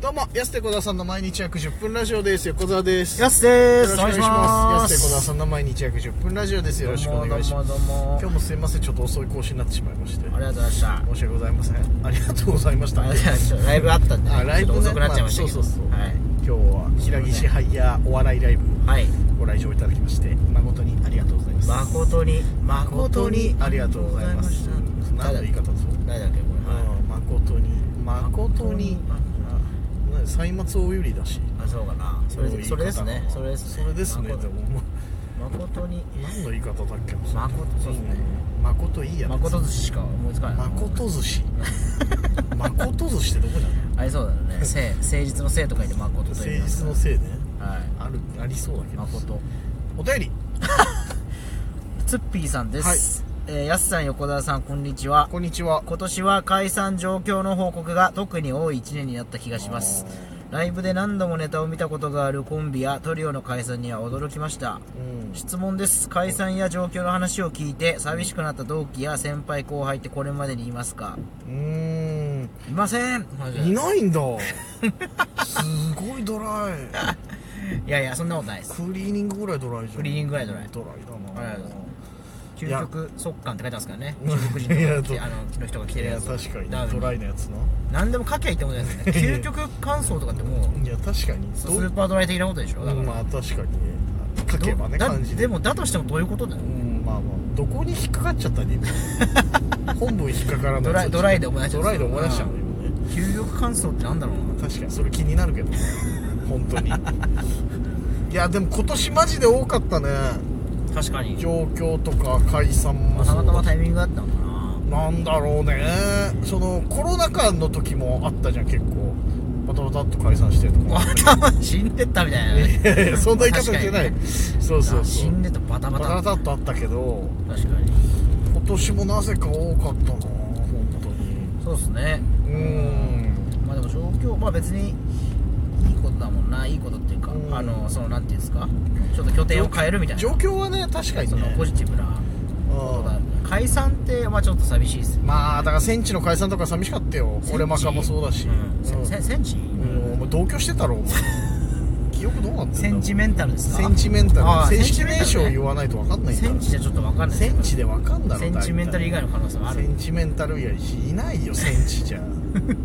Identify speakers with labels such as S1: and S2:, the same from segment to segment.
S1: どうも、安手小沢さんの毎日約10分ラジオです。横澤です。よ
S2: やすで
S1: ろし
S2: す
S1: くお願いします。安手小沢
S2: ん
S1: さんの毎日約10分ラジオです。よろしくお願いします。
S2: どうもどうもど
S1: 今
S2: うも
S1: 日もすいません、ちょっと遅い更新になってしまいまして。
S2: ありがとうございました
S1: 申し訳ございません。ありがとうございました。
S2: あじゃあちょっとライブあったんで
S1: あライブね
S2: ちょっと遅くなっちゃいましたけど、
S1: まあそうそうそう
S2: はい
S1: 今日は、平岸ハイヤーお笑いライブ、
S2: はい
S1: ご来場いただきまして、誠にありがとうございます。
S2: 誠に
S1: 誠にありがとうございます。何の言い方ですか
S2: 誰だっけこれ、は
S1: うん誠に。誠に。
S2: あ
S1: な歳末おゆりだし。
S2: あそうかなそれ
S1: の言い方
S2: それですねそれですね
S1: それですね。で
S2: 誠
S1: も、もう
S2: 誠に
S1: 何の言い方だっけな
S2: 誠そうですね
S1: 誠いいやつ
S2: 誠寿司しか思いつかないな
S1: 誠寿 司誠寿司ってどこだ
S2: ありそうだよね誠誠実の誠とか言って誠と
S1: 誠
S2: 言います
S1: 実のせいね
S2: はい
S1: あるありそうだけど
S2: 誠
S1: お便り
S2: ツッピーさんです、えー、やすさん横澤さんこんにちは
S1: こんにちは
S2: 今年は解散状況の報告が特に多い1年になった気がしますライブで何度もネタを見たことがあるコンビやトリオの解散には驚きました
S1: うん
S2: 質問です解散や状況の話を聞いて寂しくなった同期や先輩後輩ってこれまでにいますか
S1: うーん
S2: いませんマジで
S1: いない んだすごいドライ
S2: いやいやそんなことないです
S1: クリーニングぐらいドライじゃん
S2: クリーニングぐらいドライ
S1: ドライ
S2: あ
S1: だ
S2: りが
S1: な
S2: とうございます
S1: いや
S2: 究極速乾って書いてますからね
S1: うん
S2: 中国 人
S1: いや
S2: の
S1: そう
S2: あのの人が着て
S1: い
S2: る
S1: や
S2: やつ
S1: 確かに
S2: ダウン
S1: ドライなやつな
S2: 何でも書きゃいいってことです ね究極感想とかってもう
S1: いや確かに
S2: ス
S1: どう
S2: ーパードライ的なことでしょだから、
S1: うんまあ確かにね書けばね
S2: だ
S1: 感じ
S2: でもだとしてもどういうことだよ
S1: うんまあまあどこに引っかかっちゃった ね今本文引っかからない
S2: ドライドライで思い出しちゃ
S1: ド
S2: った
S1: ライで思い出しちゃうの今ね
S2: 究極感想ってなんだろうな
S1: 確かにそれ気になる けどね本当にいやでも今年マジで多かったね
S2: 確かに
S1: 状況とか解散
S2: ま
S1: も
S2: あた
S1: そ
S2: ま
S1: う
S2: たま
S1: だ
S2: タイミングがあったのかな
S1: なんだろうねそのコロナ禍の時もあったじゃん結構バタバタっと解散してとか
S2: 頭死んでったみたいない
S1: やいや そんな言い方してない、
S2: 確
S1: そうそう
S2: あ
S1: そ
S2: 死
S1: うん
S2: でたバタバ
S1: バタ
S2: タ
S1: バタっとあったけど
S2: 確かに
S1: 今年もなぜか多かったな本当に
S2: そうですね
S1: うん
S2: まあでも状況まあ別にいいことだもんないいことっていうか
S1: うん
S2: あのそのなんていうんですかちょっと拠点を変えるみたいな
S1: 状況はね確かに
S2: その
S1: ね
S2: ポジティブなことだ
S1: うん
S2: 解散ってまあちょっと寂しいですよ
S1: まあだから戦地の解散とか寂しかったよ俺マカもそうだし
S2: うん
S1: うん
S2: せセンチ
S1: うんお前同居してたろお前 記憶どうなってんだ
S2: センチメンタルですか
S1: センチメンタ
S2: あー
S1: ル正
S2: センチ
S1: 式
S2: メンタルね
S1: 名称を言わないと分かんないん
S2: セ
S1: だか
S2: ン
S1: ら
S2: チじゃちょっとわかんない
S1: センチ
S2: で
S1: で分かんだろ
S2: センチメンタル以外の可能性はあ
S1: セ
S2: る
S1: ンチメンタル以外いないよセンチ じゃ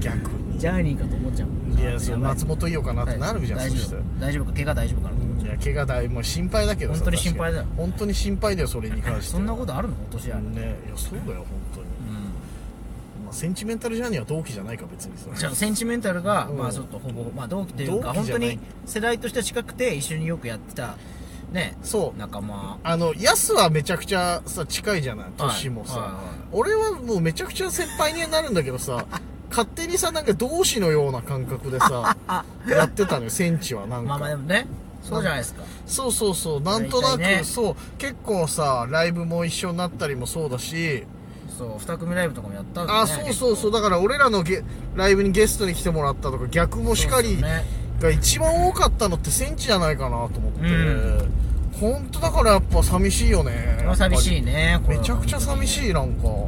S1: 逆に
S2: ジャーニーかと思っちゃうもん
S1: いやそう
S2: ばい
S1: 松本伊代かなってなるじゃん
S2: 大
S1: そ
S2: 丈
S1: したら
S2: 夫大丈夫か怪我大丈夫かなと思っ
S1: い
S2: ちゃう
S1: や怪我だいもう心配だけどさ
S2: 本当に心配だよ
S1: 確かに本当に心配だよそれに関して
S2: そんなことあるの今年は
S1: ねいやそうだよ本当に、まあ、センチメンタルジャーニーは同期じゃないか別にそれ
S2: じゃあセンチメンタルが
S1: うん
S2: まあちょっとほぼまあ同期というか
S1: 同期
S2: 本
S1: じ
S2: 当
S1: ゃない
S2: に世代としては近くて一緒によくやってたね
S1: そう
S2: 仲間
S1: あのヤスはめちゃくちゃさ近いじゃない年もさ、
S2: はいはいはい
S1: 俺はもうめちゃくちゃ先輩になるんだけど さ勝手にさなんか同志のような感覚で さやってたのよセンチはなんか、
S2: まあまあでもねそうじゃないですか
S1: そうそうそうなんとなく、
S2: 大体ね
S1: そう結構さライブも一緒になったりもそうだし
S2: そう二組ライブとかもやったんでね
S1: あそうそうそう
S2: う
S1: だから俺らのゲライブにゲストに来てもらったとか逆もしかり、
S2: ね
S1: が一番多かったのってセンチじゃないかなと思って、
S2: うん
S1: 本当だからやっぱ寂しいよね
S2: これは寂しい
S1: い
S2: ねこれ
S1: め
S2: は
S1: ちゃくちゃ寂しいなんか
S2: は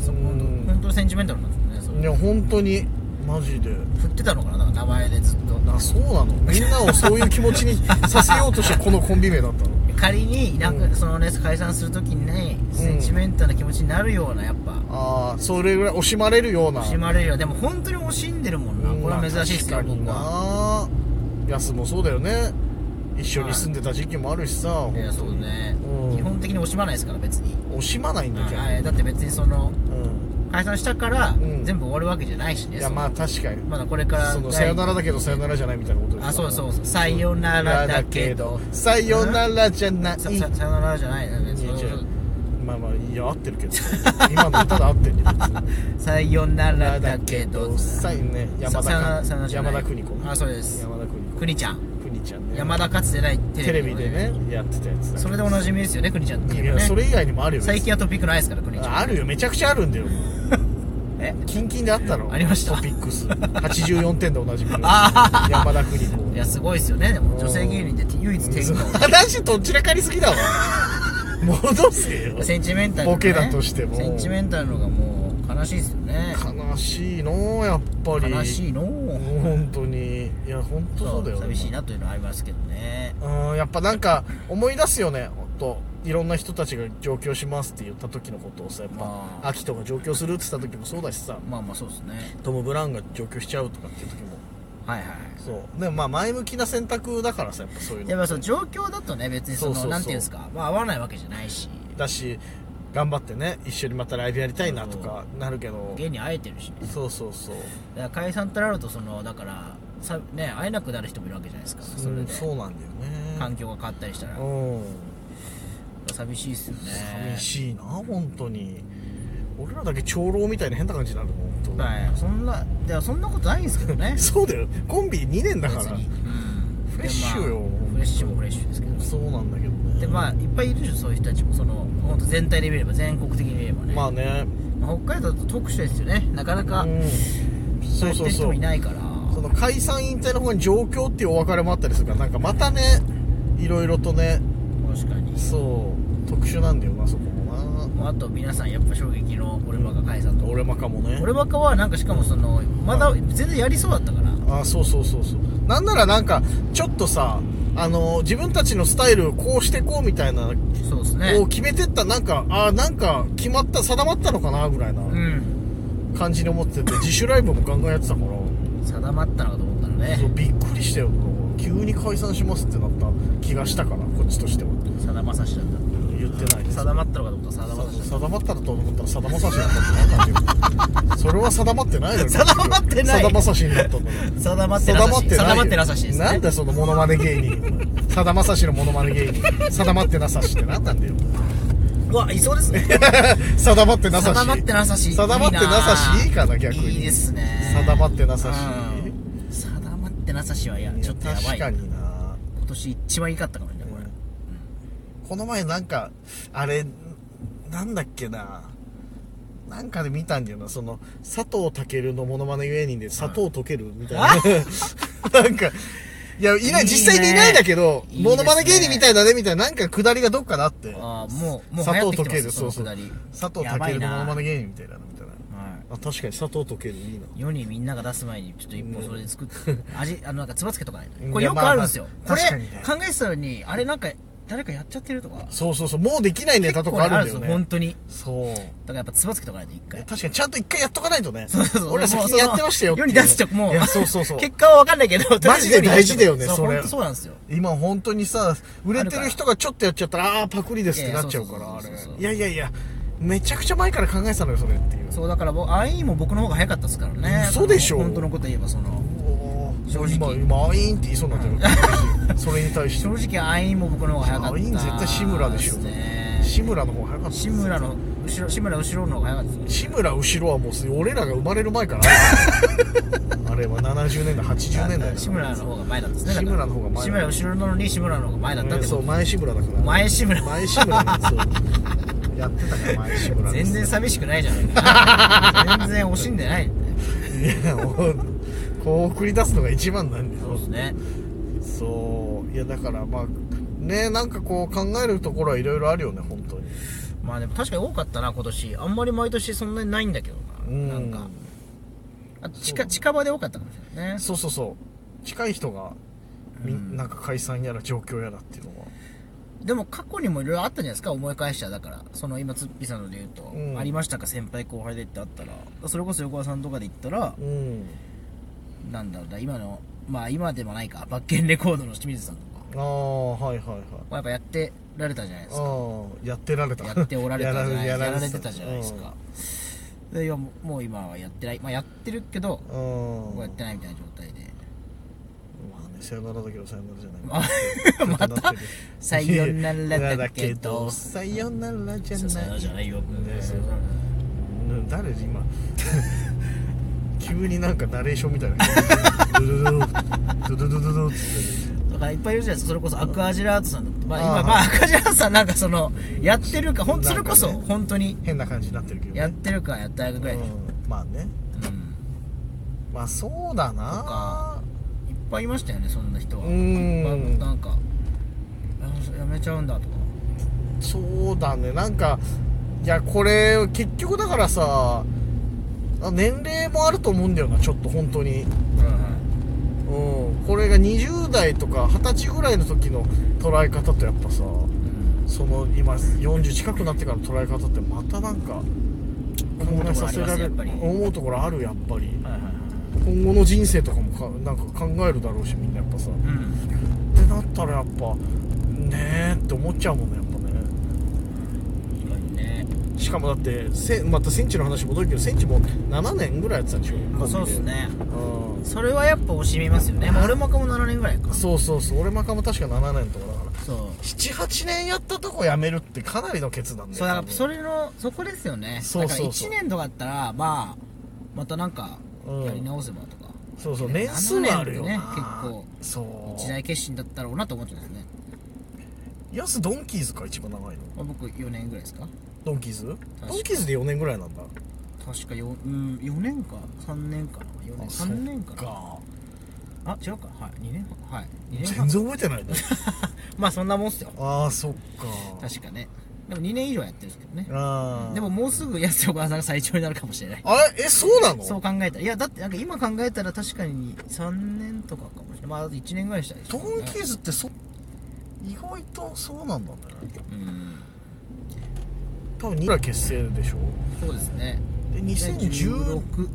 S2: いそこ
S1: うん
S2: 本当にセンチメンタルなんですよね
S1: いや本当にマジで
S2: それ振ってたのかなだから名前でずっと
S1: あそうなのみんなをそういう気持 ちにさせようとしてこのコンビ名だったの
S2: 仮になんか、
S1: うん
S2: そのね解散するときにね、センチメンタルな気持ちになるようなやっぱ
S1: ああそれぐらい惜しまれるような
S2: 惜しまれるよでも本当に惜しんでるもんな、これは珍しいですよ
S1: うん
S2: 僕は
S1: まあ確かになヤスもそうだよね一緒に住んでた時期もあるしさ、
S2: いやそうだね、
S1: うん
S2: 基本的に惜しまないですから別に、
S1: 惜しまないんだけど、
S2: はい、だって別にその
S1: うん
S2: 解散したから、
S1: ん
S2: 全部終わるわけじゃないしね
S1: いや
S2: その
S1: まあ確かに
S2: まだこれから
S1: そのさよな
S2: ら
S1: らだけどさよならじゃないみたいなことです
S2: あそうそううそうさよならだけど
S1: さよならじゃない
S2: さささよならじゃないね別
S1: い
S2: に
S1: や違うまあまあいや合ってる けど今の歌で合ってるよ
S2: さよならだけど
S1: さいね山
S2: さよな
S1: 田
S2: らさよな
S1: か
S2: らじゃない
S1: 山田邦子
S2: あそうです
S1: 山田邦子
S2: くにちゃん
S1: 邦ちゃんね
S2: 山田かつてない
S1: テ
S2: テ
S1: レ
S2: レビ
S1: ビでねやってたやつだ
S2: それでおなじみですよねくにちゃんって
S1: い
S2: いうの
S1: や
S2: ね
S1: それ以外にもあるよ
S2: 最近はトピックないですからくにちゃん
S1: あるよめちゃくちゃあるんだよ
S2: え
S1: キンキンであったろ
S2: ありました
S1: トピックス84点でおなじみの
S2: あ
S1: 山田邦子
S2: いやすごいですよねでも女性芸人って唯一天下
S1: 話とっちらかりすぎ だわ戻せよ
S2: をセンチメンタルのね
S1: ボケだとしても
S2: センチメンタルのがもう悲しいですよね
S1: 悲しいのやっぱり
S2: 悲しいのう
S1: 本当にいや本当そうだよね
S2: 寂しいなというのはありますけどね
S1: うんやっぱなんか思い出すよねほんといろんな人たちが上京しますって言った時のことをさやっぱ、
S2: まあ
S1: 秋とか上京するって言った時もそうだしさ
S2: まあまあそうですね
S1: トム・ブラウンが上京しちゃうとかっていう時も
S2: はいはい
S1: そうでもまあ前向きな選択だからさやっぱそういう
S2: やっ
S1: の
S2: ぱそう状況だとね別にその
S1: そうそうそう
S2: なんていうんですかまあ合わないわけじゃないし
S1: だし頑張ってね一緒にまたライブやりたいなとかなるけど
S2: 現に会えてるしね
S1: そうそうそう
S2: だから解散ってなるとそのだからさね会えなくなる人もいるわけじゃないですかそ
S1: う
S2: れ
S1: ん
S2: で
S1: そうなんだよね
S2: 環境が変わったりしたら
S1: うん
S2: 寂しいですよね
S1: 寂しいな本当に俺らだけ長老みたいな変な感じになるの本当
S2: はいそんなではそんなことないんですけどね
S1: そうだよコンビ2年だか
S2: 別
S1: ら
S2: にうん
S1: フレッシュよ
S2: でまあフレッシュもフレッシュですけど
S1: そうなんだけどね
S2: でまあいっぱいいるでしょそういう人たちもその本当全体で見れば全国的に見ればね、
S1: まあね
S2: まあ北海道と特殊ですよねなかなか
S1: うんそう
S2: や
S1: そ
S2: って
S1: う
S2: る人
S1: そ
S2: も
S1: う
S2: いないから
S1: その解散引退の方に状況っていうお別れもあったりするからなんかまたねいろいろとね
S2: 確かに
S1: そう特殊なんだよなそこもな
S2: もうあと皆さんやっぱ衝撃の俺バカ解散と
S1: 俺マカもね
S2: 俺バカはなんかしかもそのまだ全然やりそうだったから
S1: あそうそうそうそうなんならなんかちょっとさあの自分たちのスタイルこうしてこうみたいな
S2: そうです
S1: を
S2: ね
S1: 決めてったなんかあなんか決まった定まったのかなぐらいな
S2: うん
S1: 感じに思ってて自主ライブもガンガンやってたから
S2: 定まったのかと思ったら
S1: そう
S2: ね
S1: びっくりしたよ急に解散しますってなった気がしたからこっちとしては
S2: さだまさしだった
S1: 言ってないです
S2: 定まったのかと思ったらさだまさしだっ
S1: 定まったらと思ったらさだまさしだったってなんだよそれは定まってないよ
S2: 定まってない
S1: さだまさしになったんだ
S2: た定まって
S1: 定
S2: な
S1: ま
S2: さ
S1: っ
S2: し
S1: な
S2: て
S1: い
S2: 定まってなさしですね
S1: なんだよそのモノマネ芸人さだまさしのモノマネ芸人定まってなさしってなん なんだよ
S2: うわいそうですね
S1: 定まってなさし
S2: 定まってなさし
S1: 定まってなさしいいかな逆に
S2: いいですね
S1: 定まってなさし
S2: うん定まってなさしはいや
S1: いや
S2: ちょっとやばい
S1: 確かにな
S2: 今年一番いいかったかもしれないこれ、
S1: この前なんかあれなんだっけななんかで見たんだよなその佐藤健のモノマネ芸人で佐藤溶けるみたいな、 なんかいやいない
S2: いいね
S1: 実際にいないんだけど
S2: いいで
S1: モ
S2: すね
S1: ノマネ芸人みたいだねみたいななんか下りがどっかであって
S2: ああもうもう流
S1: 佐
S2: 行
S1: 藤溶
S2: ってきて
S1: け
S2: ます
S1: る
S2: よそ
S1: そう
S2: の
S1: そ
S2: く
S1: う
S2: だり
S1: 佐藤
S2: やばい
S1: 健のモノマ
S2: な
S1: ネ芸人みたいなのみたいな
S2: はい
S1: あ確かに佐藤溶けるいいな
S2: 世にみんなが出す前にちょっと一本それで作って、味あのなんかつばつけとかないと
S1: うん
S2: これよくあるんですよ、
S1: いやまあまあ
S2: これ、
S1: 確か
S2: 考えてたのにあれなんか誰かやっちゃってるとか
S1: そうそうそうもうできないネタとかあるんだよ
S2: 結構本
S1: ね
S2: 当にだ
S1: そう
S2: からやっぱつばつけとかないと一回
S1: 確かにちゃんと一回やっとかないとね
S2: そうそうそう
S1: 俺ら先にやってましたよ
S2: 世に出すとも
S1: いうやそうそうそう
S2: 結果は分かんないけど
S1: マジで大事だよね
S2: う
S1: それ
S2: 本当そうなんですよ
S1: 今本当にさ売れてる人がちょっとやっちゃったらああーパクリですってなっちゃうからあ
S2: いやいやそうそうそうそう
S1: れいやいやいやめちゃくちゃ前から考えてたのよそれっていう
S2: そうだから僕あいも僕の方が早かったですからね
S1: 嘘でしょ
S2: 本当のこと言えばその
S1: おー
S2: 正直
S1: 今今アイーンって言いそうになってる それに対して
S2: 正直あいも僕の方が早かった
S1: アイーン絶対志村でしょ
S2: すね
S1: 志村の方が早かった
S2: 志村の後ろ志村後ろの方が早かったです
S1: 志村後ろはもう俺らが生まれる前からあるから あれは70年代80年代だから
S2: 志村の方が前だったですね
S1: 志村の方が前だ
S2: 志村後ろなのに志村の方が前だったって
S1: そ
S2: こ
S1: う前志村だから
S2: と前志村
S1: 前志村なんです よやってたから前志村で
S2: 全
S1: す
S2: 然寂しくないじゃない か全然惜しんでない
S1: いやもうこう送り出すのが一番なんだ
S2: そう
S1: よ
S2: ですね
S1: そういやだからまあねなんかこう考えるところはいろいろあるよね本当に
S2: まあでも確かに多かったな今年あんまり毎年そんなにないんだけど
S1: う
S2: ななんかあ近近場で多かったかもしれないね
S1: そうそうそう近い人がみ、
S2: うん
S1: なんか解散やら状況やらっていうのは
S2: でも過去にもいろいろあったんじゃないですか思い返したらだからその今ツッピーさんので言うと、
S1: うん
S2: ありましたか先輩後輩でってあったらそれこそ横川さんとかで言ったら
S1: うん
S2: なんだろうな今のまあ今でもないかバッケンレコードの清水さんと
S1: あ
S2: か
S1: あはいはいはい
S2: まあやっぱやってられたじゃないですか
S1: ああやってられた
S2: やっておられたじゃない
S1: や
S2: やら
S1: られ
S2: れてたじゃないですか、でいやもうもう今はやってないまあやってるけど
S1: うん、うん
S2: もうやってないみたいな状態で
S1: まあねさよならだけどさよならじゃない
S2: あ ま たさよならだけど
S1: さよならじゃ
S2: さ
S1: な
S2: よないらじゃないよ、
S1: ね
S2: さよなら
S1: ね誰今急になんかナレーションみたいなドゥドゥドゥドゥドゥドゥドゥっ
S2: だからいっぱいいるじゃないですかそれこそアクアジェラートさんだってまあ
S1: あ
S2: 今
S1: ー
S2: まあアクアジェラートさんなんかそのやってるかほん
S1: な
S2: そ
S1: んか
S2: れ
S1: ね
S2: こそ本当に
S1: て変な感じになってるけどね
S2: やってるかやってないかぐらいで、
S1: うんまあね
S2: うん
S1: まあそうだ
S2: とか
S1: ない
S2: っぱいいましたよねそんな人は
S1: うん
S2: まあなんかあやめちゃうんだとか
S1: そうだねなんかいやこれ結局だからさあ年齢もあると思うんだよなちょっと本当に
S2: うん
S1: うんこれが20代とか20歳ぐらいの時の捉え方とやっぱさその今40近くなってからの捉え方ってまたなんか
S2: 思うところありますやっぱり
S1: 思うところあるやっぱり
S2: はいはいはい
S1: 今後の人生とかもかなんか考えるだろうしみんなやっぱさ
S2: うん
S1: ってなったらやっぱねえって思っちゃうもんねやっぱね
S2: 確かにね
S1: しかもだってせまたセンチの話戻るけどセンチも7年ぐらいやってたんでしょ、
S2: まあそうですね
S1: うん
S2: それはやっぱ惜しみますよねまあ俺もかも7年ぐらいか
S1: そうそうそう俺マカも確か7年とかだから
S2: そ
S1: 78年やったとこやめるってかなりの決断
S2: う
S1: で
S2: そうだからそれのそこですよね
S1: そうそうそう
S2: だから1年とかだったらまあまたなんか
S1: うん
S2: やり直せばとか、
S1: そうそう年数もあるよな、
S2: 7年ってね
S1: 結構
S2: 一
S1: そ
S2: 大決心だったろうなと思ってますね
S1: うヤスドンキーズか一番長いの
S2: まあ僕4年ぐらいですか
S1: ドンキーズ
S2: か
S1: ドンキーズで4年ぐらいなんだ
S2: 確か 4, うん4年か3年か4年
S1: あ
S2: 3年か
S1: そっか
S2: あ違うかはい2年半はい2
S1: 全
S2: 年
S1: 然
S2: 半
S1: 覚えてないね
S2: まあそんなもんっすよ
S1: ああそっか
S2: 確かねでも2年以上やってるんですけどね
S1: ああ
S2: でももうすぐ安岡さんが最長になるかもしれない
S1: あれえそうなの
S2: そう考えたらいやだってなんか今考えたら確かに3年とかかもしれないまあ1年ぐらいしたでし
S1: ド
S2: ょ
S1: ンキーズってそ意外とそうなんだね
S2: うん
S1: 多分2らい結成でしょ
S2: そうですね
S1: で2017
S2: 2016とか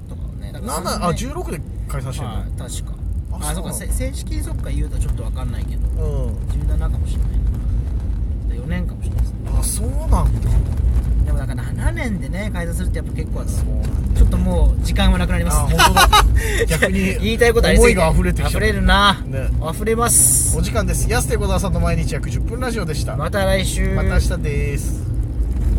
S2: ねだから
S1: あ16で解散してるの、
S2: はい確か
S1: あ
S2: あ
S1: そ
S2: そうう
S1: な
S2: か
S1: の
S2: せ正式にそっか言うとちょっと分かんないけど
S1: う
S2: 17かもしれないな4年かもしれないですね
S1: んあそうなんだ
S2: でもだから7年でね解散するってやっぱ結構あ
S1: そう
S2: ちょっともう時間はなくなります
S1: あ 本当だ逆に
S2: 言いたいことありすぎて
S1: 思いが溢れてきちゃった
S2: 溢れるな、
S1: ね
S2: 溢れます
S1: お時間です安手小沢さんの毎日約10分ラジオでしたま
S2: また来週
S1: た明日です